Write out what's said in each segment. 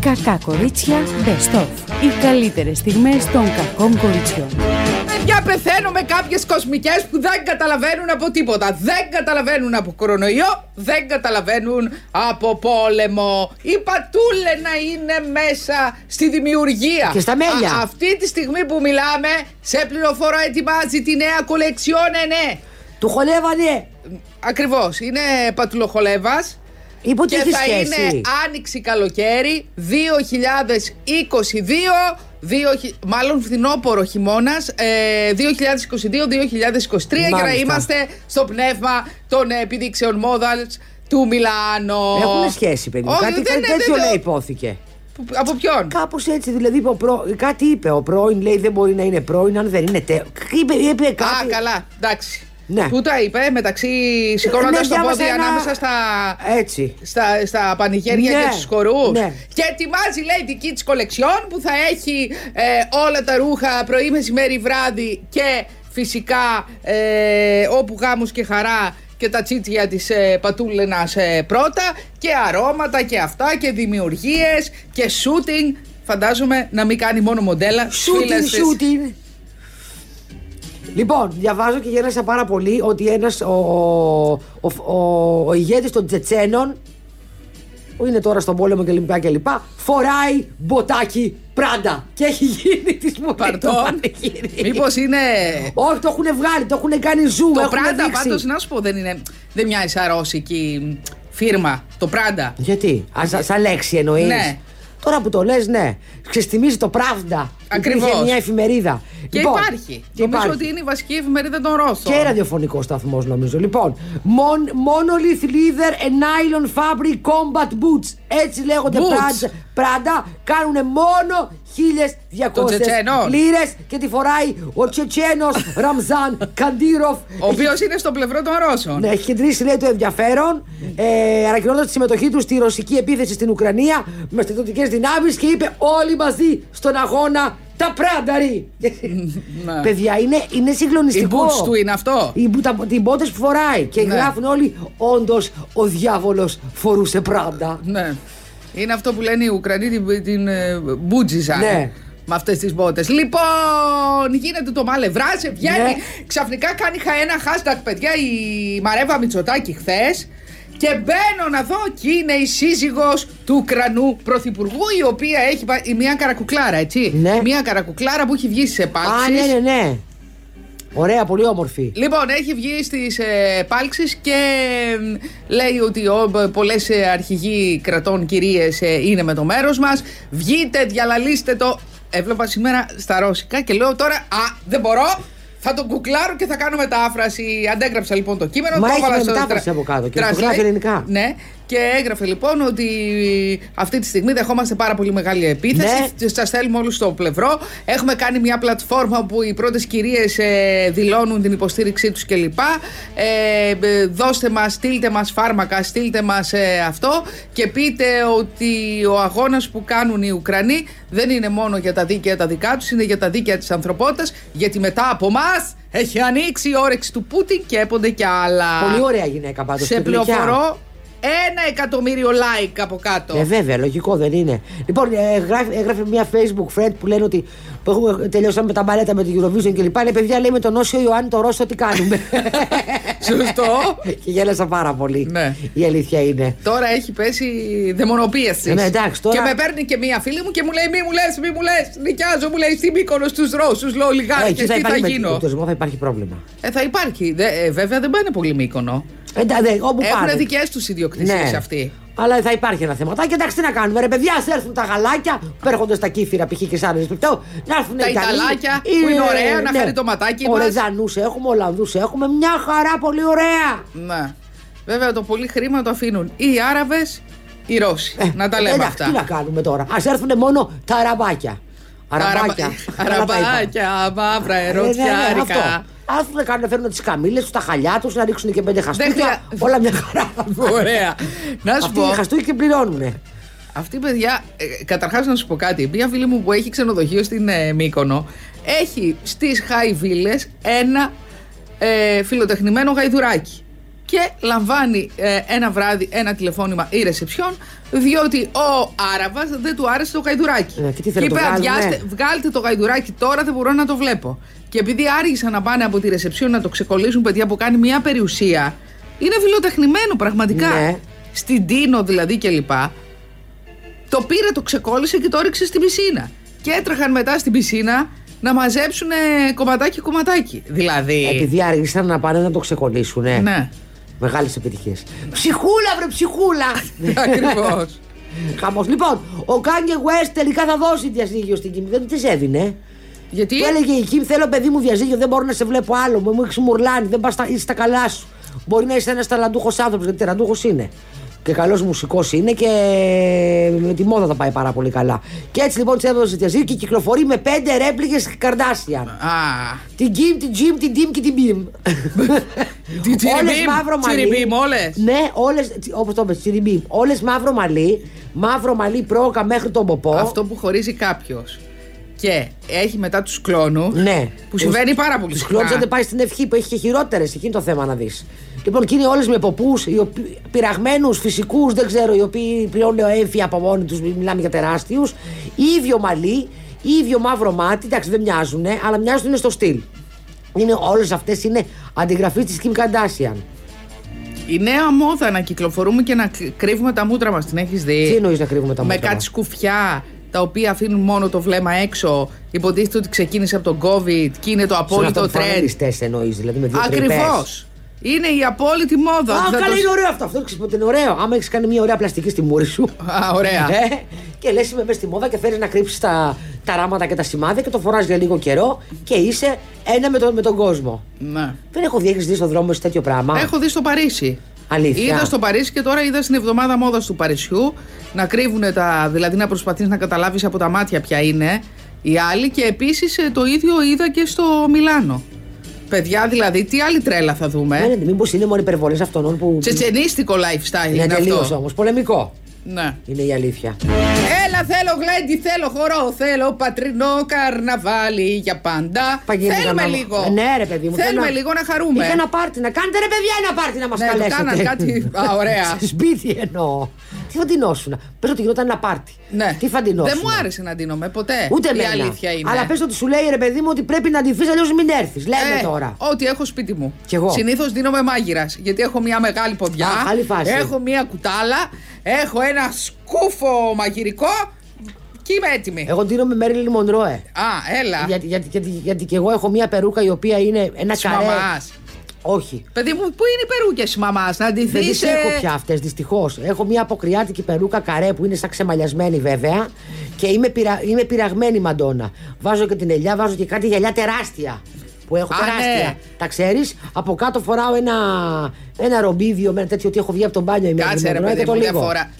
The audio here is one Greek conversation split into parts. Κακά κορίτσια Best of. Οι καλύτερες στιγμές των κακών κοριτσιών. Παιδιά, πεθαίνω με κάποιες κοσμικές που δεν καταλαβαίνουν από τίποτα. Δεν καταλαβαίνουν από κορονοϊό, δεν καταλαβαίνουν από πόλεμο. Η πατούλε να είναι μέσα στη δημιουργία. Και στα μέλια. Α, αυτή τη στιγμή που μιλάμε, σε πληροφορώ ετοιμάζει τη νέα κολεξιόνε, ναι. Του χωνεύανε. Ακριβώς. Είναι πατουλοχολέβα. Υπό Και τέτοια θα σχέση. είναι άνοιξη καλοκαίρι 2022. Δύο, χι- μάλλον ε, φθινόπορο χειμώνα 2022-2023 για να Μάλιστα. είμαστε στο πνεύμα των ε, επιδείξεων μόδα του Μιλάνο. Έχουν σχέση, παιδί μου. Όχι, Κάτι, δεν κάτι είναι- τέτοιο δεν το- λέει υπόθηκε. Που- Από ποιον. Κάπως έτσι, δηλαδή είπε ο προ... κάτι είπε. Ο πρώην λέει δεν μπορεί να είναι πρώην αν δεν είναι τέο. Είπε, είπε κάτι. Α, καλά, εντάξει. Ναι. Που τα είπε μεταξύ σηκώνοντας Ναι, το πόδι διάβασα ένα- ανάμεσα στα. Έτσι. Στα, στα πανηγέρια Ναι, και τους χορούς. ναι. Και ετοιμάζει, λέει, δική της κολεξιόν που θα έχει ε, όλα τα ρούχα πρωί, μεσημέρι, βράδυ και φυσικά ε, όπου γάμους και χαρά και τα τσίτσια της ε, Πατούλενας ε, πρώτα και αρώματα και αυτά και δημιουργίες και shooting. Φαντάζομαι να μην κάνει μόνο μοντέλα. στις Shooting, φίλες της. shooting. Λοιπόν, διαβάζω και γέλασα πάρα πολύ ότι ένας ο, ο, ο, ο, ο ηγέτης των Τσετσένων που είναι τώρα στον πόλεμο και λοιπά και λοιπά, φοράει μποτάκι πράντα και έχει γίνει της μου Παρτών. Μήπως είναι Όχι, το έχουν βγάλει, το έχουν κάνει ζου, Το ναι. έχουν Πράντα δείξει. πάντως, να σου πω, δεν είναι. Δεν μοιάζει σαν ρώσικη φίρμα. Το Πράντα. Γιατί, α, σα- σαν λέξη εννοείς. Ναι. Τώρα που το λες, ναι. Ξεστημίζει το Πράβδα. Ακριβώς. Υπήρχε μια εφημερίδα. Και Λοιπόν, υπάρχει. και Νομίζω υπάρχει. ότι είναι η βασική εφημερίδα των Ρώσων. Και ραδιοφωνικός σταθμός, νομίζω. Λοιπόν, mon, Monolith Leather and Nylon Fabric Combat Boots. Έτσι λέγονται Boots. πράντα, πράντα. Κάνουν μόνο 1.200 Των Τσετσένων. λίρες και τη φοράει ο Τσετσένος Ραμζάν Καντήροφ. Ο οποίος είναι στο πλευρό των Ρώσων. Ναι, έχει κεντρήσει λέει το ενδιαφέρον, ε, ανακοινώντα τη συμμετοχή του στη ρωσική επίθεση στην Ουκρανία με στρατιωτικές δυνάμεις και είπε όλοι μαζί στον αγώνα τα πράνταρι. Ναι. Παιδιά, είναι, είναι Οι συγκλονιστικό. boots του είναι αυτό. Οι μπου- τα- οι μπότες που φοράει και Ναι. γράφουν όλοι όντως ο διάβολος φορούσε πράντα. Ναι. Είναι αυτό που λένε οι Ουκρανοί την, την ε, μπούτζισαν. Ναι. Με αυτές τις μπότες. Λοιπόν, γίνεται το μαλευράζε, βγαίνει. Ναι. Ξαφνικά κάνει χα- ένα hashtag, παιδιά, η Μαρέβα Μητσοτάκη χθες. Και μπαίνω να δω και είναι η σύζυγος του Ουκρανού Πρωθυπουργού, η οποία έχει πα- η μια καρακουκλάρα, έτσι. Ναι. Μια καρακουκλάρα που έχει βγει στις επάλξεις. Α, ναι, ναι, ναι. Ωραία, πολύ όμορφη. Λοιπόν, έχει βγει στις ε, πάλξεις και μ, λέει ότι πολλές ε, αρχηγοί κρατών κυρίες είναι με το μέρος μας. Βγείτε, διαλαλήστε το. Έβλεπα σήμερα στα ρώσικα και λέω τώρα Α, δεν μπορώ. Θα τον κουκλάρω και θα κάνω μετάφραση. Αντέγραψα λοιπόν το κείμενο. Μα το έχει έβαλα μια στο μετάφραση τρα- από κάτω και το translate. γράφει ελληνικά. Ναι. Και έγραφε λοιπόν ότι αυτή τη στιγμή δεχόμαστε πάρα πολύ μεγάλη επίθεση. Ναι. Σας θέλουμε όλους στο πλευρό. Έχουμε κάνει μια πλατφόρμα που οι πρώτες κυρίες δηλώνουν την υποστήριξή τους κλπ. Ε, ε, δώστε μας, στείλτε μας φάρμακα, στείλτε μας αυτό και πείτε ότι ο αγώνας που κάνουν οι Ουκρανοί δεν είναι μόνο για τα δίκαια τα δικά τους, είναι για τα δίκαια της ανθρωπότητας, γιατί μετά από εμά έχει ανοίξει η όρεξη του Πούτιν και έπονται και άλλα. Πολύ ωραία γυναίκα πάντως. Σε και γλυκιά. πληροφορώ ένα εκατομμύριο like από κάτω. Ε, βέβαια, λογικό δεν είναι. Λοιπόν, ε, γράφει- έγραφε μια Facebook friend που λένε ότι που έχουμε, ε, τελειώσαμε με τα μπαλέτα με την Eurovision και λοιπά. Λέει, παιδιά, λέει με τον Όσιο Ιωάννη το Ρώσο τι κάνουμε. Σωστό. και γέλασα πάρα πολύ. Ναι. Η αλήθεια είναι. Τώρα έχει πέσει δαιμονοποίηση. Ε, ναι, εντάξει, τώρα- Και με παίρνει και μία φίλη μου και μου λέει: Μη μου λες, μη μου λες. Νοικιάζω, μου λέει στην Μύκονο στους Ρώσους, λέω λιγάκι. Ε, Εκεί τι θα υπάρχει, με γίνω. τον τουρισμό θα υπάρχει πρόβλημα. Ε, θα υπάρχει. Δε- ε, βέβαια δεν πάνε πολύ Μύκονο. Εντάξει, Ε, δε, όπου πάνε. Έχουν δικές τους ιδιοκτησίες αυτοί. Ναι. Αλλά θα υπάρχει ένα θέμα. Και εντάξει, τι να κάνουμε, ρε παιδιά, ας έρθουν τα γαλάκια που έρχονται στα κύφυρα π.χ. και σε άλλες περιπτώσει. Να έρθουν Τα οι Ιταλοί. Ιταλάκια που είναι ωραία, να χάρει το ματάκι μας. Ορεζανού έχουμε, Ολλανδούς έχουμε. Μια χαρά πολύ ωραία. Ναι. Βέβαια το πολύ χρήμα το αφήνουν οι Άραβες, οι Ρώσοι. να τα λέμε Ε, εντάξει, Τι να αυτά. κάνουμε τώρα. Ας έρθουν μόνο τα αραμπάκια. Αραμπάκια. Καλά τα είπα. Αραμπάκια, μαύρα, Ε, ναι, ναι, αυτό. ερωτιάρικα. Ας να κάνουν να φέρουν τι καμίλε τους, τα χαλιά τους, να ρίξουν και πέντε χαστούκια. χρεια- Όλα μια χαρά. θα πάνε. Ωραία. Να σου Αυτοί πω. οι χαστούκια και πληρώνουν. Αυτή η παιδιά, ε, καταρχάς να σου πω κάτι. Μια φίλη μου που έχει ξενοδοχείο στην ε, Μύκονο έχει στις Χαϊβίλε ένα ε, φιλοτεχνημένο γαϊδουράκι. και λαμβάνει ε, ένα βράδυ ένα τηλεφώνημα η ρεσεψιόν, διότι ο Άραβας δεν του άρεσε το καϊδουράκι. Ναι, και τι θέλει, το είπε, βγάλουμε? «Αδειάστε- βγάλτε το γαϊδουράκι τώρα, δεν μπορώ να το βλέπω. Και επειδή άργησαν να πάνε από τη ρεσεψιόν να το ξεκολλήσουν, παιδιά που κάνει μια περιουσία, είναι φιλοτεχνημένο πραγματικά. Ναι. Στην Τίνο δηλαδή κλπ. Το πήρε, το ξεκόλλησε και το έριξε στην πισίνα. Και έτρεχαν μετά στην πισίνα να μαζέψουν κομματάκι-κομματάκι. Δηλαδή. Επειδή άργησαν να πάνε να το ξεκολλήσουν. Ε. Ναι. Μεγάλες επιτυχίες. Ψυχούλα, βρε ψυχούλα! Ακριβώς. Χαμός. Λοιπόν, ο Κάνιε West τελικά θα δώσει διαζύγιο στην Κιμ. Δεν της έδινε. Γιατί. Του έλεγε η Κιμ, θέλω παιδί μου διαζύγιο, δεν μπορώ να σε βλέπω άλλο. Μου μου έχεις μουρλάνει, δεν πας στα, είσαι στα καλά σου. Μπορεί να είσαι ένας ταλαντούχος άνθρωπος, γιατί ταλαντούχος είναι. Και καλός μουσικός είναι και με τη μόδα τα πάει πάρα πολύ καλά. Και έτσι λοιπόν της έδωσε διαζύγιο και κυκλοφορεί με πέντε ρέπλικες καρδάσια. Α. Την Κιμ, την Τζιμ, την Τιμ και την Μπιμ. Τι Όλες μαύρο μαλλί. τσιριμπίμ, όλες. Ναι, όλες. Όπως το είπες, τσιριμπίμ. Όλες μαύρο μαλλί. Μαύρο μαλλί πρόκα μέχρι τον ποπό. Αυτό που χωρίζει κάποιος και έχει μετά τους κλόνου. Ναι. Που συμβαίνει πάρα πολύ Τους συχνά. κλώτσε δεν πάει στην ευχή που έχει και χειρότερες. Εκεί είναι το θέμα να δεις. Λοιπόν, και είναι όλες με ποπούς, πειραγμένους, φυσικούς, δεν ξέρω, οι οποίοι πλέον λέω έμφυα από μόνοι τους, μιλάμε για τεράστιους. ίδιο μαλλί, ίδιο μαύρο μάτι, εντάξει δεν μοιάζουν, αλλά μοιάζουν είναι στο στυλ. Είναι, όλες αυτές είναι αντιγραφή της Kim Kardashian. Η νέα μόδα να κυκλοφορούμε και να κρυ- κρύβουμε τα μούτρα μας την έχεις δει. Τι εννοείς να κρύβουμε τα Με μούτρα κάτι μας? σκουφιά τα οποία αφήνουν μόνο το βλέμμα έξω. Υποτίθεται ότι ξεκίνησε από τον COVID και είναι το απόλυτο τρέντ. Φανελιστές εννοείς, δηλαδή με δύο Ακριβώ. τρυπές. Είναι η απόλυτη μόδα. Α, Θα καλά, το- είναι ωραίο αυτό. Αυτό ξέρεις πότε είναι ωραίο. Άμα έχεις κάνει μια ωραία πλαστική στη μούρη σου. Α, ωραία. Ε, και λες, είμαι μέσα στη μόδα και θέλεις να κρύψεις τα, τα ράματα και τα σημάδια και το φοράς για λίγο καιρό και είσαι ένα με, τον- με τον κόσμο. Ναι. Δεν έχω δει, έχεις δει στον δρόμο σου τέτοιο πράγμα. Έχω δει στο Παρίσι. Αλήθεια. Είδα στο Παρίσι και τώρα είδα στην εβδομάδα μόδας του Παρισιού να κρύβουν τα. δηλαδή να προσπαθείς να καταλάβεις από τα μάτια ποια είναι οι άλλοι. Και επίσης το ίδιο είδα και στο Μιλάνο. Παιδιά, δηλαδή, τι άλλη τρέλα θα δούμε. Μήπως είναι μόνο υπερβολές αυτών που. Τσετσενίστικο lifestyle Είναι είναι τελείως αυτό. όμως. Πολεμικό. Ναι. Είναι η αλήθεια. Έλα, θέλω γλέντι, θέλω χορό, θέλω πατρινό καρναβάλι για πάντα. Παγίδι Θέλουμε κανένα. λίγο. Ναι, ρε παιδί μου. Θέλουμε θέλω να- λίγο να χαρούμε. Είχε ένα πάρτι να κάνετε, ρε παιδιά, ένα πάρτι να μας Ναι, το καλέσετε. κάναν κάτι- Α, ωραία. Σε σπίτι εννοώ. Τι φαντινόσουνα. Πες ότι γινόταν ένα πάρτι. Ναι. Τι φαντινόσουνα. Δεν μου άρεσε να ντύνομαι ποτέ. Ούτε Ε, η εμένα. αλήθεια είναι. Αλλά πες ότι σου λέει ρε παιδί μου ότι πρέπει να ντυθείς, αλλιώς μην έρθεις. Λέμε Ε, τώρα. Ό,τι έχω σπίτι μου. Κι εγώ. Συνήθως δίνομαι μάγειρας. Γιατί έχω μια μεγάλη ποδιά. Α, άλλη φάση. Έχω μια κουτάλα. Έχω ένα σκούφο μαγειρικό. Και είμαι έτοιμη. Εγώ ντύνομαι Μέρλιν Μονρόε. Α, έλα. Γιατί, γιατί, γιατί, γιατί και εγώ έχω μία περούκα η οποία είναι ένα Της καρέ. μαμάς. Όχι. Παιδί μου, πού είναι οι περούκες μαμά, να Δεν ντυθείς τι ε, έχω πια αυτές, δυστυχώς. Έχω μία αποκριάτικη περούκα καρέ που είναι σαν ξεμαλιασμένη βέβαια. Και είμαι, πειρα... είμαι πειραγμένη μαντόνα. Βάζω και την ελιά, βάζω και κάτι γυαλιά τεράστια. Που έχω Α, τεράστια. ναι. Τα ξέρεις. Από κάτω φοράω ένα, ένα ρομπίδιο με ένα τέτοιο ότι έχω βγει από τον μπάνιο η Μέρλιν Κάτσε ρε Μονρόε και παιδί το μου, λίγο. διαφορά.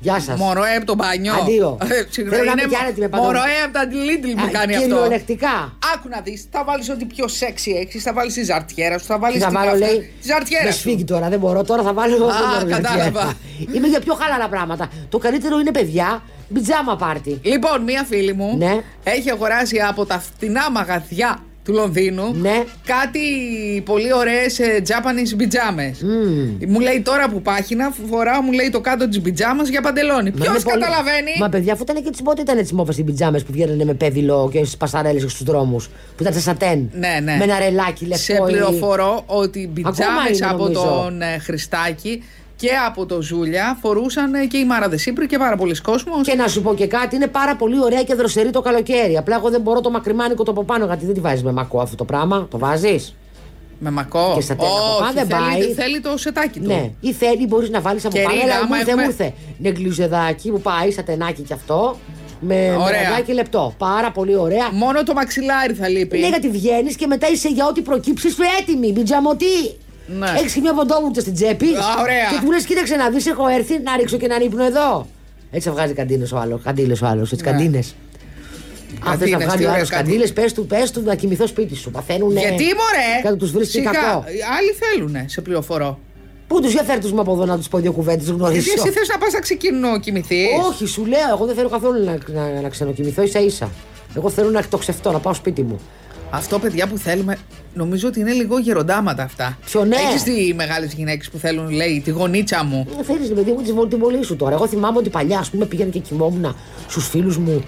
Γεια σας. Μωροέ από το μπανιό. Αντίο. Ε, συγγνώμη, Θέλω να είναι μην κάνετε με παντού. Μωροέ από τα Lidl που Α, κάνει αυτό. Κυριολεκτικά. Άκου να δεις, θα βάλεις ό,τι πιο sexy έχεις, θα βάλεις τη ζαρτιέρα σου, θα βάλεις Τι θα την βάλω, αυτή- λέει. τη ζαρτιέρα Με σου. σφίγγει τώρα, δεν μπορώ. Τώρα θα βάλω. Α, δεν μπορώ, κατάλαβα. ζαρτιέρα. Είμαι για πιο χαλαρά πράγματα. Το καλύτερο είναι παιδιά, πιτζάμα πάρτι. Λοιπόν, μία φίλη μου Ναι. έχει αγοράσει από τα φτηνά μαγαζιά του Λονδίνου Ναι. κάτι πολύ ωραίες ε, Japanese πιτζάμες. Μου λέει τώρα που πάχυνα, φοράω μου λέει το κάτω της πιτζάμας για παντελόνι. Μα Ποιος είναι πολύ- καταλαβαίνει. Μα παιδιά, αφού ήταν και τι πότε ήταν έτσι μόφα οι πιτζάμε που βγαίνανε με πέδιλο και στις πασαρέλες και στους δρόμους. Που ήταν σε σατέν. Ναι, ναι. Με ένα ρελάκι λευκό. Σε ή- πληροφορώ ότι οι πιτζάμες είναι, από νομίζω. τον ε, Χριστάκη και από το Ζούλια φορούσαν ε, και η Μάρα Δεσίπρη και πάρα πολλοί κόσμος. Και να σου πω και κάτι, είναι πάρα πολύ ωραία και δροσερή το καλοκαίρι. Απλά εγώ δεν μπορώ το μακριμάνικο το από πάνω, γιατί δεν τη βάζει με μακό αυτό το πράγμα. Το βάζεις. Με μακό. Και στα τένα από πάνω Όχι, δεν θέλει, πάει. θέλει το σετάκι του. Ναι, ή θέλει, μπορείς να βάλεις από Και πάνω. ρίγα, Έλα, μου άμα ήρθε, έχουμε- μου ήρθε. Νεγκλιζεδάκι που πάει, σατενάκι κι αυτό. Με Ωραία. ραγάκι λεπτό. Πάρα πολύ ωραία. Μόνο το μαξιλάρι θα λείπει. Ναι, γιατί βγαίνεις και μετά είσαι για ό,τι προκύψεις σου έτοιμη. Μπιτζαμωτή. Ναι. Έχεις μια ποντόβουρτσα στην τσέπη. Α, ωραία. Και του λες, κοίταξε να δεις, έχω έρθει να ρίξω και έναν ύπνο εδώ. Έτσι θα βγάζει καντίνες ο άλλος. Καντίνε ο άλλος. Έτσι, Ναι. καντίνες. Αν θες να Καντίνες, τι βγάλει ο ωραία άλλο καντίνες. καντίνε, πες του, πες του να κοιμηθώ σπίτι σου. Παθαίνουν. Γιατί μωρέ! Κάτω του βρίσκει Σιγά, κακό. Άλλοι θέλουνε, σε πληροφορώ. Πού τους για φέρτε μου από εδώ να τους πω δύο κουβέντες, Γιατί γνωρίζω. εσύ θες να πας να ξεκινώ, κοιμηθεί. Όχι, σου λέω, εγώ δεν θέλω καθόλου να, να, να ξενοκοιμηθώ ίσα ίσα. Εγώ θέλω να το ξεφτώ, να πάω σπίτι μου. Αυτό, παιδιά, που θέλουμε. Νομίζω ότι είναι λίγο γεροντάματα αυτά. Ποιο ναι. Έχεις δει μεγάλες γυναίκες που θέλουν, λέει, τη γονίτσα μου. Ε, Θέλεις, ρε παιδί μου, τη βολ- την πολύ σου τώρα. Εγώ θυμάμαι ότι παλιά, ας πούμε, πήγαινε και κοιμόμουν στους φίλους μου.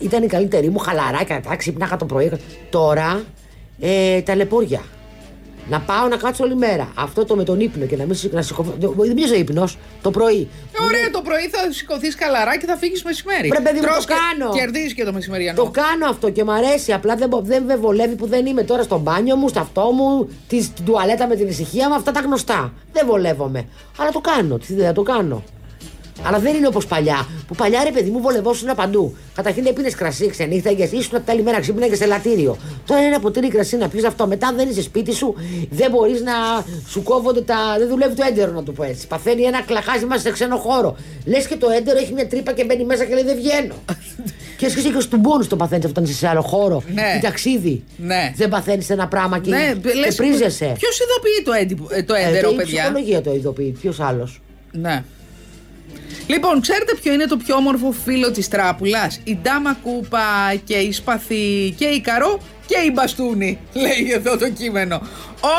Ήταν η καλύτερη μου, χαλαρά και τα ξυπνάχα το πρωί. Τώρα, ε, τα λεπόρια. Να πάω να κάτσω όλη μέρα. Αυτό το με τον ύπνο και να μην σηκω- να σηκωθώ. ε, Δεν μοιάζει ο ύπνος το πρωί. Ε, Ωραία, το πρωί θα σηκωθείς καλαρά και θα φύγεις μεσημέρι. Ρε, παιδί μου, Τρως το κάνω. Και κερδίζεις και το μεσημεριανό. Το κάνω αυτό και μ' αρέσει. Απλά δεν, μπο- δεν με βολεύει που δεν είμαι τώρα στο μπάνιο μου, στο αυτό μου, τη στην τουαλέτα με την ησυχία μου. Αυτά τα γνωστά. Δεν βολεύομαι. Αλλά το κάνω. Τι δεν το κάνω. Αλλά δεν είναι όπως παλιά. Που παλιά ρε παιδί μου βολευόσουν παντού. Καταρχήν δεν πίνες κρασί, ξενύχταγε, ήσουν από την άλλη μέρα ξύπνα και σε λατήριο. Τώρα είναι ένα ποτήρι κρασί να πεις αυτό. Μετά δεν είσαι σπίτι σου, δεν μπορείς να σου κόβονται τα. Δεν δουλεύει το έντερο να το πω έτσι. Παθαίνει ένα κλαχάζι μέσα σε ξένο χώρο. Λες και το έντερο έχει μια τρύπα και μπαίνει μέσα και λέει δεν βγαίνω. και εσύ και στον πόνου το παθαίνεις αυτό όταν είσαι σε άλλο χώρο. Ναι. Ή ταξίδι. Ναι. Δεν παθαίνεις ένα πράγμα και, Ναι, και πρίζεσαι. Ποιος ειδοποιεί το, έντυπο- ε, το Ε, έντερο, η παιδιά. ψυχολογία το ειδοποιεί. Ποιος άλλος. Ναι. Λοιπόν, ξέρετε ποιο είναι το πιο όμορφο φίλο της τράπουλας. Η ντάμα κούπα και η σπαθή και η καρό και η μπαστούνη, λέει εδώ το κείμενο.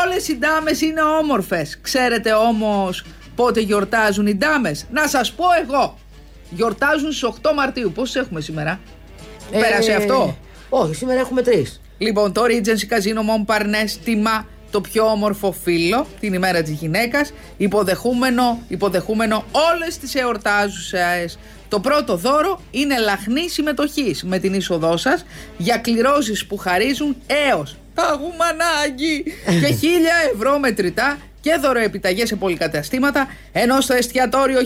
Όλες οι ντάμες είναι όμορφες. Ξέρετε όμως πότε γιορτάζουν οι ντάμες. Να σας πω εγώ. Γιορτάζουν στις 8 Μαρτίου. Πόσους έχουμε σήμερα. Πέρασε Ε, αυτό. Όχι, σήμερα έχουμε τρεις. Λοιπόν, το Regency Casino Montparnasse τιμά το πιο όμορφο φίλο την ημέρα της γυναίκας, υποδεχούμενο, υποδεχούμενο όλες τις εορτάζουσες. Το πρώτο δώρο είναι λαχνή συμμετοχής με την είσοδό σας για κληρώσεις που χαρίζουν έως τα γουμανάκι και 1000 ευρώ μετρητά και δωροεπιταγές σε πολυκαταστήματα, ενώ στο εστιατόριο 1055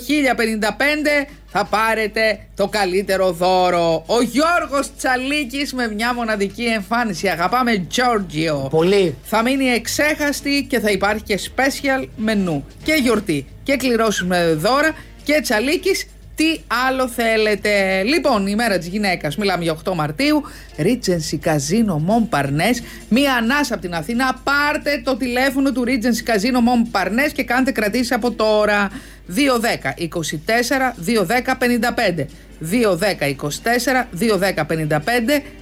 θα πάρετε το καλύτερο δώρο. Ο Γιώργος Τσαλίκης με μια μοναδική εμφάνιση. Αγαπάμε Giorgio. Πολύ. Θα μείνει εξέχαστη και θα υπάρχει και special μενού και γιορτή και κληρώσουμε δώρα και τσαλίκης τι άλλο θέλετε. Λοιπόν, η μέρα της γυναίκας, μιλάμε για 8 Μαρτίου, Regency Casino Montparnasse, μία ανάσα από την Αθήνα, πάρτε το τηλέφωνο του Regency Casino Montparnasse και κάντε κρατήσεις από τώρα. 210 24 210 55 210 24 210 55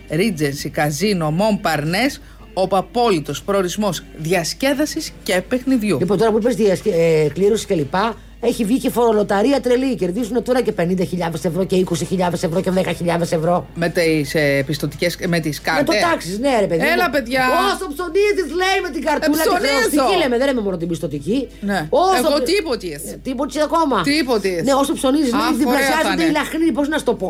Regency Casino Montparnasse όπου απόλυτος προορισμός διασκέδασης και παιχνιδιού. Λοιπόν, τώρα που είπες ε, κλήρωσης και λοιπά, έχει βγει και φορολοταρία τρελή. Κερδίζουν τώρα και 50.000 ευρώ και 20.000 ευρώ και 10.000 ευρώ. Με τις ε, πιστοτικές- με τις Να κάρτε. το τάξεις, ναι, ρε παιδί. Έλα, μου. παιδιά. Όσο ψωνίζεις, λέει με την καρτούλα. Ε, την ψωνίζω. χρεωστική λέμε, δεν λέμε μόνο την πιστοτική. Ναι. Όσο Εγώ ψ- τίποτη εσύ. Ε, Τίποτη ακόμα. Τίποτη. Ναι, όσο ψωνίζεις, Α, λέει ωραία θα διπλασιάζονται είναι. οι λαχνοί. Πώς να σου το πω.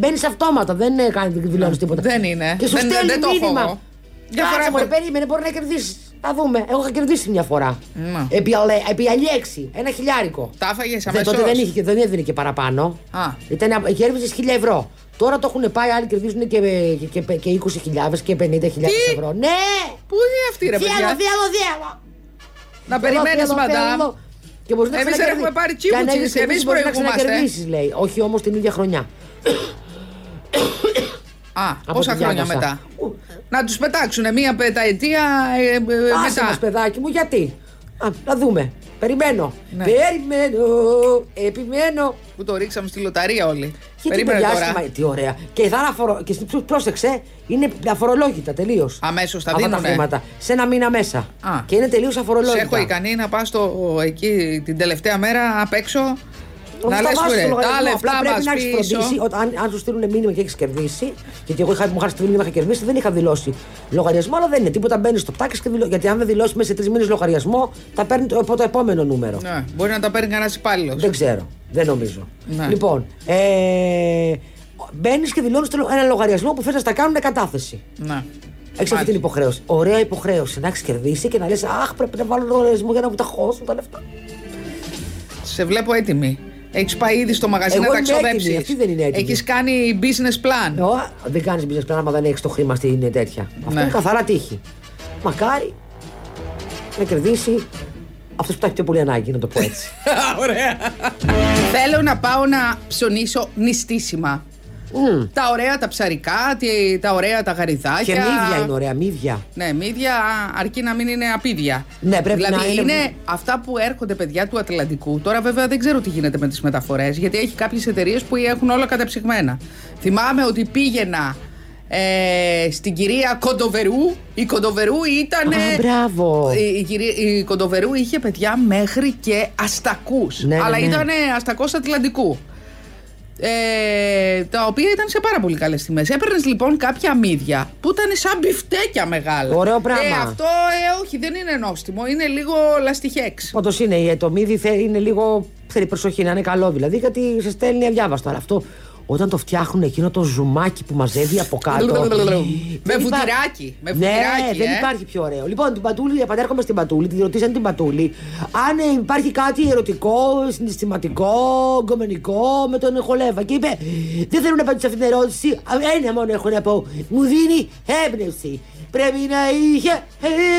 Μπαίνεις αυτόματα, δεν ε, κάνει δηλώνει τίποτα. Δεν είναι. Και σου Δεν- στέλνει δεν το έχω εγώ. μήνυμα. Μια φορά Κάτσε έχω- μου, περίμενε, μπορεί να κερδίσεις. Θα δούμε. Εγώ είχα κερδίσει μια φορά. Να. Επί, αλε- επί αλιέξη. Ένα χιλιάρικο. Τα έφαγες Δεν, τότε αμέσως. δεν, είχε, και- δεν έδινε και παραπάνω. Α. Ήταν, κέρδιζες 1000 ευρώ. Τώρα το έχουν πάει, άλλοι κερδίζουν και, ε, και, και, και 20.000 και 50.000 Τι? ευρώ. Ναι! Πού είναι αυτή, ρε Διάλο, παιδιά. διάλο, διάλο! Να περιμένει, μαντάμ. μαντάμ. Και μπορείς να Εμείς ξανακερδί- έχουμε πάρει και αν τσίπουτσες, έχεις εμείς κερδίσει, μπορείς να προηγούμαστε. ξανακερδίσεις, λέει. Όχι όμως την ίδια χρονιά. Α, Από πόσα τη χρόνια διάβασα. μετά. Ου, Να τους πετάξουν μία πενταετία ε, ε, ε, Άσε μετά. μας παιδάκι μου, γιατί. Α, να δούμε. Περιμένω. Ναι. Περιμένω. Επιμένω. Που το ρίξαμε στη λοταρία όλοι. Γιατί Περίμενε παιδιά, τώρα. σημα- Τι ωραία. Και θα αφορο... και στην- πρόσεξε, είναι αφορολόγητα τελείως. Αμέσως τα Αυτά τα δίνουνε. χρήματα. Σε ένα μήνα μέσα. Α. Και είναι τελείως Σε αφορολόγητα. έχω ικανή να πας εκεί την τελευταία μέρα απ' έξω. Όχι, Να τα λες βάζω που στο είναι. Τα λογαριασμό. Απλά λεφτά πρέπει να μα έχεις φροντίσει. πίσω. Ότι αν, αν σου στείλουν μήνυμα και έχεις κερδίσει, γιατί εγώ είχα, μου είχα στείλει μήνυμα και είχα κερδίσει, δεν είχα δηλώσει λογαριασμό, αλλά δεν είναι τίποτα. Μπαίνεις στο πτάκι και δηλώσει. Γιατί αν δεν δηλώσεις μέσα σε τρεις μήνες λογαριασμό, τα παίρνει το, από το επόμενο νούμερο. Ναι, μπορεί να τα παίρνει κανένας υπάλληλος. Δεν ξέρω. Δεν νομίζω. Ναι. Λοιπόν, ε, μπαίνεις και δηλώνεις ένα λογαριασμό που θες να στα κάνουν κατάθεση. Ναι. Έχεις αυτή την υποχρέωση. Ωραία υποχρέωση να έχεις κερδίσει και να λες: Αχ, πρέπει να βάλω λογαριασμό για να μου τα χώσουν τα λεφτά. Σε βλέπω έτοιμη. Έχεις πάει ήδη στο μαγαζί Εγώ να τα είμαι έτοιμη, ξοδέψει. αυτή δεν είναι έτοιμη. Έχεις κάνει business plan. Ω, δεν κάνεις business plan άμα δεν έχεις το χρήμα στην τέτοια. Αυτό Ναι. είναι καθαρά τύχη. Μακάρι να κερδίσει αυτός που τα έχει πιο πολύ ανάγκη, να το πω έτσι. Ωραία. Θέλω να πάω να ψωνίσω νηστίσιμα. Μμμ. Τα ωραία τα ψαρικά, τι- τα ωραία τα γαριδάκια. και μύδια είναι ωραία, μύδια. Ναι, μύδια, α, αρκεί να μην είναι απίδια. Ναι, πρέπει δηλαδή, να είναι- είναι αυτά που έρχονται παιδιά του Ατλαντικού. Τώρα, βέβαια, δεν ξέρω τι γίνεται με τις μεταφορές, γιατί έχει κάποιες εταιρείες που έχουν όλα κατεψυγμένα. Θυμάμαι ότι πήγαινα ε, στην κυρία Κοντοβερού. Η Κοντοβερού ήταν. Α, μπράβο. Η, η, κυρία- η Κοντοβερού είχε παιδιά μέχρι και αστακούς. Ναι, ναι, αλλά ναι. ήταν αστακός Ατλαντικού. Ε, τα οποία ήταν σε πάρα πολύ καλές τιμές. Έπαιρνες λοιπόν κάποια μύδια που ήταν σαν μπιφτέκια μεγάλα. Ωραίο πράγμα. Ε, αυτό ε, όχι, δεν είναι νόστιμο. Είναι λίγο λαστιχέξ. Όντως είναι η ετομίδη, θε- είναι λίγο. θέλει προσοχή να είναι καλό δηλαδή, γιατί σε στέλνει αδιάβαστο. Αλλά αυτό όταν το φτιάχνουν εκείνο το ζουμάκι που μαζεύει από κάτω. Με Δεν υπάρχει- βουτυράκι, με Ναι, βουτυράκι, δεν ε. υπάρχει πιο ωραίο. Λοιπόν, την Πατούλη, επανέρχομαι στην Πατούλη, τη ρωτήσαν την Πατούλη αν ε, υπάρχει κάτι ερωτικό, συναισθηματικό, γκομενικό με τον Χολέβα. Και είπε, Δεν θέλω να απαντήσω σε αυτήν την ερώτηση. Α, Ένα μόνο έχω να πω. Μου δίνει έμπνευση. Πρέπει να είχε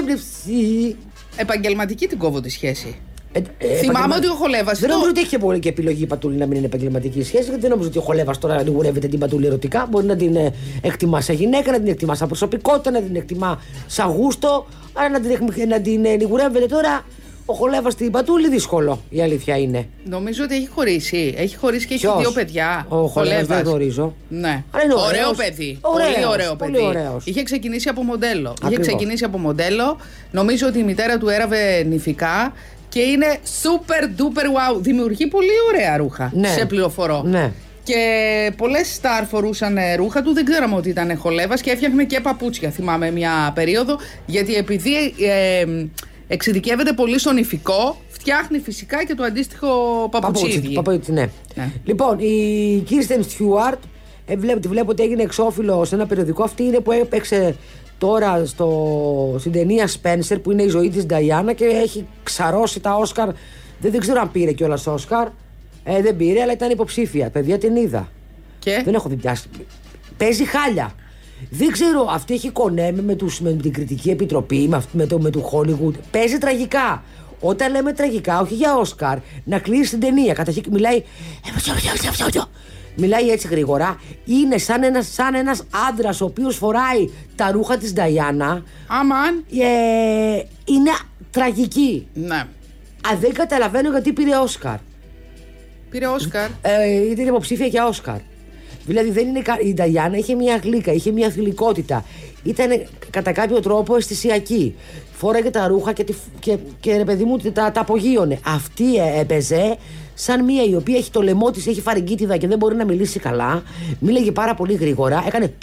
έμπνευση. Επαγγελματική την κόβω τη σχέση. Ε, ε, Θυμάμαι επαγγελμα- ότι ο Χολέβας Δεν το- νομίζω ότι έχει και πολύ και επιλογή η Πατούλη να μην είναι επαγγελματική σχέση, γιατί δεν νομίζω ότι ο Χολέβα τώρα να γουρεύεται την Πατούλη ερωτικά. Μπορεί να την ε, εκτιμά σαν γυναίκα, να την εκτιμά σαν προσωπικότητα, να την εκτιμά σαν γούστο. Άρα να την, εκμ- να την ε, γουρεύεται τώρα ο Χολέβα την Πατούλη δύσκολο. Η αλήθεια είναι. Νομίζω ότι έχει χωρίσει. Έχει χωρίσει και έχει Ποιος? δύο παιδιά. Ο Χολέβας Χολέβας. δεν γνωρίζω. Ναι. Αλλά είναι ωραίο ωραίος. παιδί. Ωραίος, πολύ ωραίος πολύ παιδί. ωραίος. Είχε ξεκινήσει από μοντέλο. Είχε Ακριβώς. ξεκινήσει από μοντέλο. Νομίζω ότι η μητέρα του έραβε νηφικά και είναι super duper wow. Δημιουργεί πολύ ωραία ρούχα. Ναι. Σε πληροφορώ. Ναι. Και πολλές star φορούσαν ε, ρούχα του. Δεν ξέραμε ότι ήταν χολέβα και έφτιαχνε και παπούτσια. Θυμάμαι μια περίοδο. Γιατί επειδή ε, ε, εξειδικεύεται πολύ στον ηφικό, φτιάχνει φυσικά και το αντίστοιχο παπουτσίδι. Παπούτσι, ναι. Ναι. Λοιπόν, η Kirsten Stewart, ε, βλέπω, τη βλέπω ότι έγινε εξώφυλλο σε ένα περιοδικό. Αυτή είναι που έπαιξε τώρα στο, στην ταινία Spencer που είναι η ζωή της Νταϊάννα και έχει ξαρώσει τα Όσκαρ. Δεν, δεν ξέρω αν πήρε κιόλας Όσκαρ. Ε, δεν πήρε, αλλά ήταν υποψήφια. Παιδιά την είδα. Και... Δεν έχω δει πια. Παίζει χάλια. Δεν ξέρω, αυτή έχει κονέ με, τους, με την κριτική επιτροπή, με, αυτή- με το, με του Hollywood. Παίζει τραγικά. Όταν λέμε τραγικά, όχι για Όσκαρ, να κλείσει την ταινία. Καταρχήν μιλάει. Ε, Μιλάει έτσι γρήγορα. Είναι σαν ένας, σαν ένας άντρας ο οποίος φοράει τα ρούχα της Νταϊάννα. Αμαν. Ε, είναι τραγική. Ναι. Α, δεν καταλαβαίνω γιατί πήρε Όσκαρ. Πήρε Όσκαρ. ε, ήταν υποψήφια για Όσκαρ. Δηλαδή δεν είναι, κα- η Νταγιάννα είχε μια γλύκα, είχε μια θηλυκότητα. Ήταν κατά κάποιο τρόπο αισθησιακή. Φόραγε τα ρούχα και, τη, φ- και, και ρε παιδί μου τα, τα απογείωνε. Αυτή ε, έπαιζε σαν μία η οποία έχει το λαιμό της, έχει φαρεγκίτιδα και δεν μπορεί να μιλήσει καλά. Μίλαγε πάρα πολύ γρήγορα. Έκανε.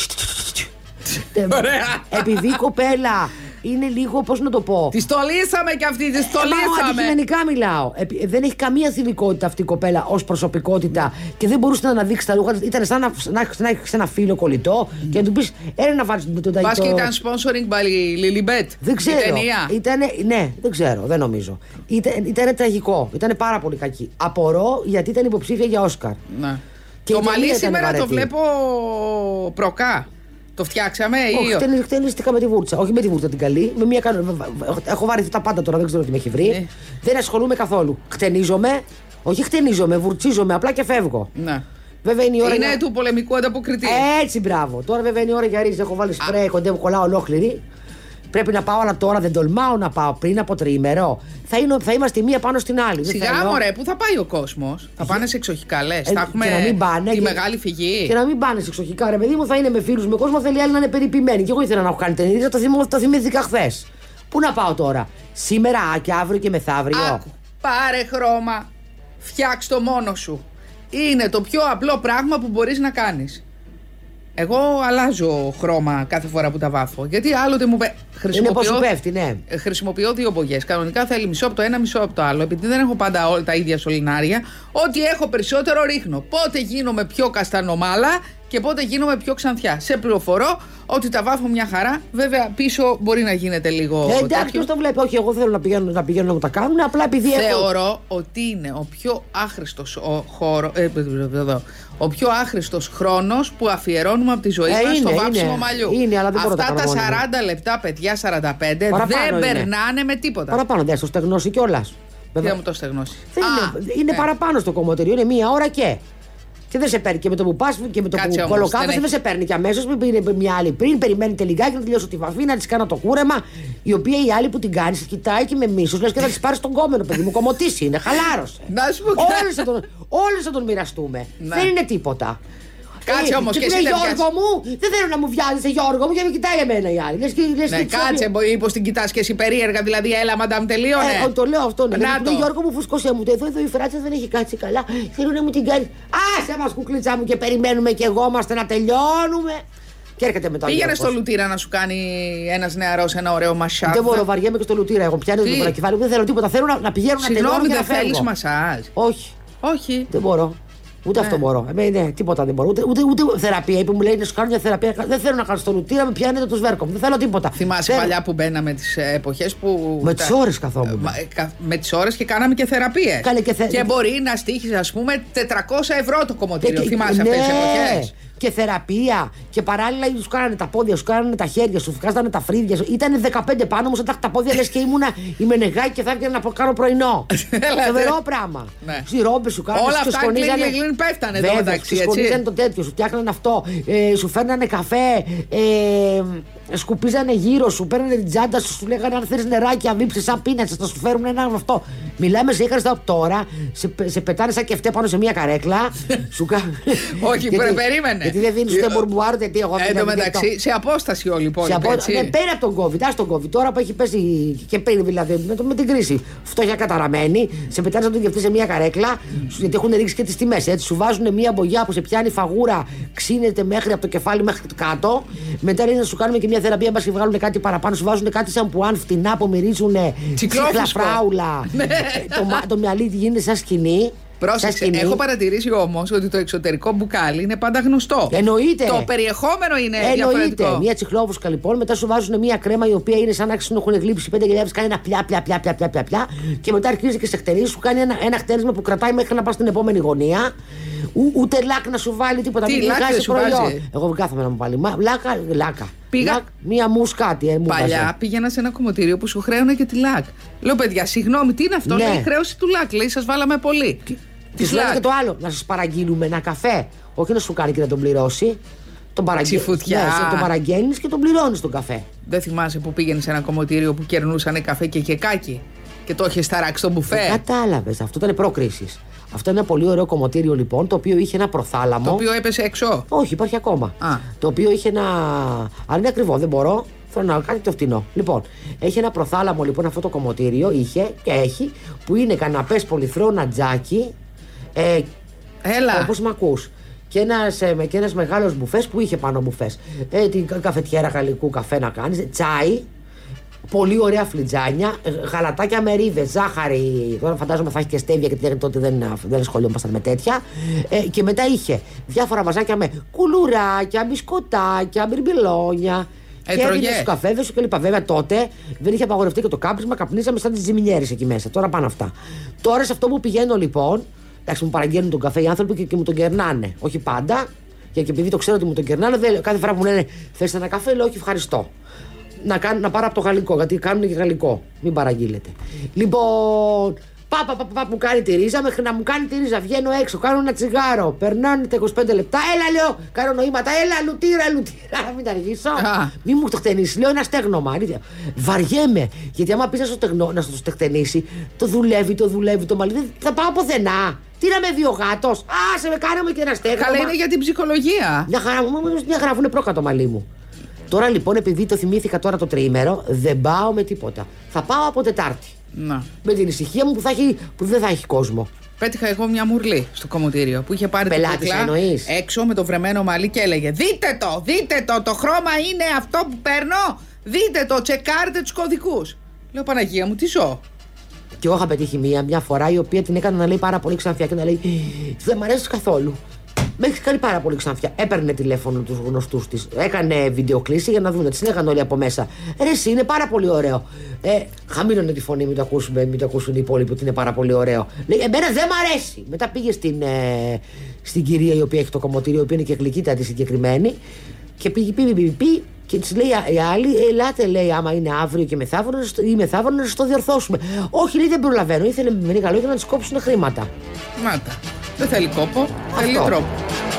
Ε, Ωραία. Επειδή η κοπέλα είναι λίγο, πώς να το πω. Τη στολίσαμε κι αυτή, τη Μα στολίσαμε. αντικειμενικά μιλάω. Επι- Δεν έχει καμία θηλυκότητα αυτή η κοπέλα ως προσωπικότητα και δεν μπορούσε να αναδείξει τα ρούχα. της. Ήταν σαν να, να, να έχεις ένα φίλο κολλητό και να του πεις: Έλα να βάλεις τον Μπα και ταγιτό. ήταν sponsoring by Lilibet. Δεν ξέρω. Η ταινία. Ήτανε, ναι, δεν ξέρω, δεν νομίζω. Ήταν, ήτανε τραγικό. Ήταν πάρα πολύ κακή. Απορώ γιατί ήταν υποψήφια για Όσκαρ. Ναι. Και το η ταινία μαλλί ήταν σήμερα το βαρετή. βλέπω προκά. Το φτιάξαμε Όχι, ή όχι. χτεν- χτενίστηκα με τη βούρτσα. Όχι με τη βούρτσα την καλή. Με μια κανο- βα- βα- Έχω βαρεθεί τα πάντα τώρα, δεν ξέρω τι με έχει βρει. Ναι. Δεν ασχολούμαι καθόλου. Χτενίζομαι. Όχι χτενίζομαι, βουρτσίζομαι απλά και φεύγω. Ναι. Βέβαια είναι η ώρα. Είναι για- Ε, του πολεμικού ανταποκριτή. Έτσι, μπράβο. Τώρα βέβαια είναι η ώρα για ρίζα. Έχω βάλει σπρέι, κοντεύω, κολλάω ολόκληρη. Πρέπει να πάω, αλλά τώρα δεν τολμάω να πάω πριν από τριήμερο. Θα, είναι, θα είμαστε η μία πάνω στην άλλη. Δεν Σιγά θέλω. μωρέ, πού θα πάει ο κόσμος. Θα πάνε σε εξοχικά λες. Ε, θα έχουμε και να μην πάνε τη και- μεγάλη φυγή. Και να μην πάνε σε εξοχικά, ρε παιδί μου, θα είναι με φίλους, με κόσμο, θέλει άλλοι να είναι περιποιημένοι. Και εγώ ήθελα να έχω κάνει την ρίζα, το, θυμώ- το θυμήθηκα χθες. Πού να πάω τώρα, σήμερα α, και αύριο και μεθαύριο. Άκου, πάρε χρώμα. Φτιάξ το μόνο σου. Είναι το πιο απλό πράγμα που μπορείς να κάνεις. Εγώ αλλάζω χρώμα κάθε φορά που τα βάφω. Γιατί άλλοτε μου πέ... είναι πώ σου χρησιμοποιώ, πέφτει, ναι. ε, χρησιμοποιώ δύο μπογιές. Κανονικά θέλει μισό από το ένα, μισό από το άλλο. Επειδή δεν έχω πάντα όλα τα ίδια σωληνάρια, ό,τι έχω περισσότερο ρίχνω. Πότε γίνομαι πιο καστανομάλα και πότε γίνομαι πιο ξανθιά. Σε πληροφορώ ότι τα βάφω μια χαρά. Βέβαια, πίσω μπορεί να γίνεται λίγο. Ε, εντάξει, τέτοιο. ποιος το βλέπει. Όχι, εγώ θέλω να πηγαίνω να, πηγαίνω να μου τα κάνουν. Απλά επειδή έχω. Θεωρώ ότι είναι ο πιο άχρηστος ο χώρο, ε, π- π- εδώ, ο πιο άχρηστος χρόνος που αφιερώνουμε από τη ζωή Ε, μας στο είναι, βάψιμο είναι. μαλλιού. Είναι, αλλά δεν μπορώ να τα Αυτά κάνω τα μόνη μου. 40 λεπτά, παιδιά, 45, Παραπάνω δεν είναι. περνάνε με τίποτα. Παραπάνω, δεν στο στεγνώσει κιόλας. Τι θα μου το στεγνώσει. Δεν Α, είναι, είναι ε, παραπάνω στο κομμωτήριο, είναι μία ώρα και. Και δεν σε παίρνει και με το που πας και με το Κάτσε που όμως, κολοκάθεσαι δεν δεν, έχει. σε παίρνει και αμέσως. Μην πήρε μια άλλη πριν, περιμένετε λιγάκι να τελειώσω τη βαφή, να της κάνω το κούρεμα. Η οποία η άλλη που την κάνεις, σε κοιτάει και με μίσο, λες και θα της πάρεις τον κόμενο, παιδί μου. Κομωτήσει είναι, χαλάρωσε. Να σου πω κάτι. Όλε θα, τον- όλες θα τον μοιραστούμε. Ναι. Δεν είναι τίποτα. Κάτσε Ε, όμως και και του εσύ λέει, δεν Γιώργο μου, δεν θέλω να μου βιάζεσαι, Γιώργο μου, και με κοιτάει εμένα η άλλη. Λες, και- λες, Ναι, τι ξέρω. κάτσε, μήπω την κοιτάς και εσύ περίεργα, δηλαδή έλα, μαντάμ, τελείωνε. Ε, το λέω αυτό. Ναι. Να Να το. Γιώργο μου, φουσκώσέ μου το. Εδώ, εδώ η φράτσα δεν έχει κάτσει καλά. Θέλω να μου την κάνει. Άσε μας κουκλίτσα μου και περιμένουμε και εγώ είμαστε να τελειώνουμε. Και έρχεται μετά. ο Πήγαινε Γιώργος. στο Λουτήρα να σου κάνει ένας νεαρός ένα ωραίο μασάζ. Δεν μπορώ, βαριέμαι και στο λουτήρα. Εγώ πιάνω Τι? το βρακιβάλι. Δεν θέλω τίποτα. Θέλω να, να πηγαίνω να τελειώνω Συγγνώμη, και να δεν φεύγω. θέλει μασάζ. Όχι, Όχι. δεν μπορώ. Ούτε αυτό μπορώ. Ε, ναι, τίποτα δεν μπορώ. Ούτε, ούτε, ούτε θεραπεία. Είπε, μου λέει να σου κάνω μια θεραπεία. Δεν θέλω να κάνω στο λουτήρα, με πιάνετε το σβέρκο μου. Δεν θέλω τίποτα. Θυμάσαι Θέλω- παλιά που μπαίναμε τις εποχές που. Με τα- τις ώρες καθόμουν. Μα, ε, κα- Με τις ώρες και κάναμε και θεραπείες. Κάνε και θε- μπορεί να στήχεις, ας πούμε, 400 ευρώ το Και- κομμωτήριο. και- Θυμάσαι ναι, αυτές τις εποχές. Και θεραπεία. Και παράλληλα σου κάνανε τα πόδια, σου κάνανε τα χέρια, σου βγάζανε τα φρύδια. Ήταν 15 πάνω μου, σαν τα, τα πόδια λες και ήμουνα η Μενεγάκη και θα έβγαινα να πω- κάνω πρωινό. Έλατε. Φοβερό πράγμα. Ναι. Στι ρόμπες σου κάνανε. Όλα σου αυτά, σκονίζανε- κλιν, κλιν, κλιν, πέφτανε εδώ Βέβαια, μεταξύ, Σου έτσι. σκονίζανε το τέτοιο, σου φτιάχνανε αυτό, ε, σου φέρνανε καφέ, ε, σκουπίζανε γύρω σου, παίρνανε την τσάντα σου, σου λέγανε αν θέλει νεράκι, αν δίψει, σαν πίνατσα, θα σου φέρουν ένα αυτό. Μιλάμε σε έκραστα τώρα, σε, πε- σε πετάνε σαν κεφτέ πάνω σε μια καρέκλα. σου κάνουν. Όχι, Γιατί- πρε- περίμενε. Γιατί δεν δίνεις Ε, ούτε μπορμπουάρ, ούτε τι εγώ. Εν τω δεν- δεν- μεταξύ, σε απόσταση όλοι οι σε υπόλοιποι. απο- Λοιπόν, έτσι. ναι, πέρα από τον COVID, ας τον COVID, τώρα που έχει πέσει και πριν δηλαδή με, το- με την κρίση. Φτώχεια καταραμένη, σε πετάνε σαν τον κεφτή σε μια καρέκλα, σου- γιατί έχουν ρίξει και τις τιμές. Έτσι, σου βάζουν μια μπογιά που σε πιάνει φαγούρα, ξύνεται μέχρι από το κεφάλι μέχρι το κάτω. Μετά λένε να σου κάνουμε και μια θεραπεία, μπα και βγάλουν κάτι παραπάνω, σου βάζουν κάτι σαν που αν φτηνά που μυρίζουν Τσικλόφουσκο. φράουλα. Ναι. το, μα- το μυαλί γίνεται σαν σκηνή. σαν Πρόσεξε, σκηνή. έχω παρατηρήσει όμως ότι το εξωτερικό μπουκάλι είναι πάντα γνωστό. Εννοείται. Το περιεχόμενο είναι Εννοείται. Ναι, διαφορετικό. Μία τσιχλόβουσκα λοιπόν, μετά σου βάζουν μία κρέμα η οποία είναι σαν να σου έχουν γλύψει 5.000, κάνει ένα πια, πια, πια, πια, πια, πια, πια. Και μετά αρχίζει και σε χτερίζει, σου κάνει ένα, ένα χτέρισμα που κρατάει μέχρι να πας στην επόμενη γωνία. Ού- ούτε λάκ να σου βάλει τίποτα. Τι, μην λάκ δεν βγάζει σου προϊόν. βάζει? Εγώ δεν κάθομαι να μου βάλει. Μα, λάκα, λάκα. Πήγα- Λάκ, μία μουσκάτι, ε, μου Παλιά βάζει. πήγαινα σε ένα κομμωτήριο που σου χρέωνε και τη λακ. Λέω, παιδιά, συγγνώμη, τι είναι αυτό, Ναι. λέει χρέωση του λακ. Λέει, σας βάλαμε πολύ. Τη Τη λέω και λακ. το άλλο, να σας παραγγείλουμε ένα καφέ. Όχι να σου κάνει και να τον πληρώσει. Τον παραγγέλνει. Τσιφουτιά. τον παραγγέλνεις και τον πληρώνεις τον καφέ. Δεν θυμάσαι που πήγαινε σε ένα κομμωτήριο που κερνούσανε καφέ και κεκάκι και το είχε ταράξει στο μπουφέ. Κατάλαβε. Ε, Αυτό ήταν προκρίσει. Αυτό είναι ένα πολύ ωραίο κομμωτήριο λοιπόν, το οποίο είχε ένα προθάλαμο. Το οποίο έπεσε έξω. Όχι, υπάρχει ακόμα. Α. Το οποίο είχε ένα. Αλλά είναι ακριβό, δεν μπορώ. Θέλω να κάτι το φτηνό. Λοιπόν, έχει ένα προθάλαμο λοιπόν αυτό το κομμωτήριο, είχε και έχει, που είναι καναπές πολυθρόνα τζάκι. Ε, Έλα. Όπως μ' ακούς. Και ένας και ένας μεγάλος μπουφές που είχε πάνω μπουφές. Ε, την κα- καφετιέρα γαλλικού καφέ να κάνεις, τσάι. Πολύ ωραία φλιτζάνια, ε, γαλατάκια με ρίδε, ζάχαρη. Τώρα φαντάζομαι θα έχει και στέβια γιατί δεν- τότε δεν, δεν ασχολιόμασταν με τέτοια. Ε, και μετά είχε διάφορα βαζάκια με κουλουράκια, μπισκοτάκια, μπιρμπιλόνια. Ε, και τρώγε. έδινε στους καφέδες σου κλπ. Βέβαια τότε δεν είχε απαγορευτεί και το κάπνισμα, καπνίζαμε σαν τις ζημινιέρε εκεί μέσα. Τώρα πάνε αυτά. Τώρα σε αυτό που πηγαίνω λοιπόν, εντάξει μου παραγγέλνουν τον καφέ οι άνθρωποι και, και μου τον κερνάνε. Όχι πάντα, και, και επειδή το ξέρω ότι μου τον κερνάνε, δεν, κάθε φορά που μου λένε Θες ένα καφέ, λέω Όχι, ευχαριστώ. Να, κάνω, να πάρω από το γαλλικό, γιατί κάνουν και γαλλικό. Μην παραγγείλετε. Λοιπόν, πάπα, πάπα, πάπα, μου κάνει τη ρίζα, μέχρι να μου κάνει τη ρίζα. Βγαίνω έξω, κάνω ένα τσιγάρο. Περνάνε τα 25 λεπτά. Έλα, λέω, κάνω νοήματα. Έλα, λουτήρα, λουτήρα. Μην τα αργήσω. Α. Μη μου το χτενίσεις. Λέω ένα στέγνομα. αλήθεια. Βαριέμαι. Γιατί άμα πεις να στο τεχνο- να στο στεχτενίσει, το δουλεύει, το δουλεύει το μαλλί. Δεν θα πάω πουθενά. Τι να με δει ο γάτος. Α, σε με κάναμε και ένα στέγνομα. Καλά είναι για την ψυχολογία. Μια χαρά μου, μου- μια χαρά μου είναι πρόκατο μαλλί μου. Τώρα λοιπόν, επειδή το θυμήθηκα τώρα το τριήμερο, δεν πάω με τίποτα. Θα πάω από Τετάρτη. Να. Με την ησυχία μου που, θα έχει, που δεν θα έχει κόσμο. Πέτυχα εγώ μια μουρλή στο κομμωτήριο που είχε πάρει την Πελάτης κουκλά εννοείς? έξω με το βρεμένο μαλλί και έλεγε Δείτε το, δείτε το, το χρώμα είναι αυτό που παίρνω. Δείτε το, τσεκάρτε τους κωδικούς. Λέω Παναγία μου, τι ζω. Και εγώ είχα πετύχει μία, μια φορά η οποία την έκανα να λέει πάρα πολύ ξανθιά και να λέει Δεν μ' αρέσει καθόλου. Με έχει κάνει πάρα πολύ ξανθιά. Έπαιρνε τηλέφωνο τους γνωστούς της. Έκανε βιντεοκλήση για να δουν. Τις λέγανε όλοι από μέσα. Ρε, εσύ είναι πάρα πολύ ωραίο. Ε, χαμήλωνε τη φωνή, μην το ακούσουμε, μην το ακούσουν οι υπόλοιποι ότι είναι πάρα πολύ ωραίο. Λέει, Εμένα δεν μ' αρέσει. Μετά πήγε στην, ε, στην κυρία η οποία έχει το κομμωτήριο, η οποία είναι και γλυκύτατη συγκεκριμένη. Και πήγε, πει, πει, πει, πει, και της λέει η άλλη, ελάτε λέει, άμα είναι αύριο και μεθαύριο να στο- ή μεθαύριο να σας το διορθώσουμε. Όχι, λέει, δεν προλαβαίνω. Ήθελε με μερικά λόγια να της κόψουν χρήματα. Μάτα. Δεν θέλει κόπο, θέλει Αυτό. τρόπο.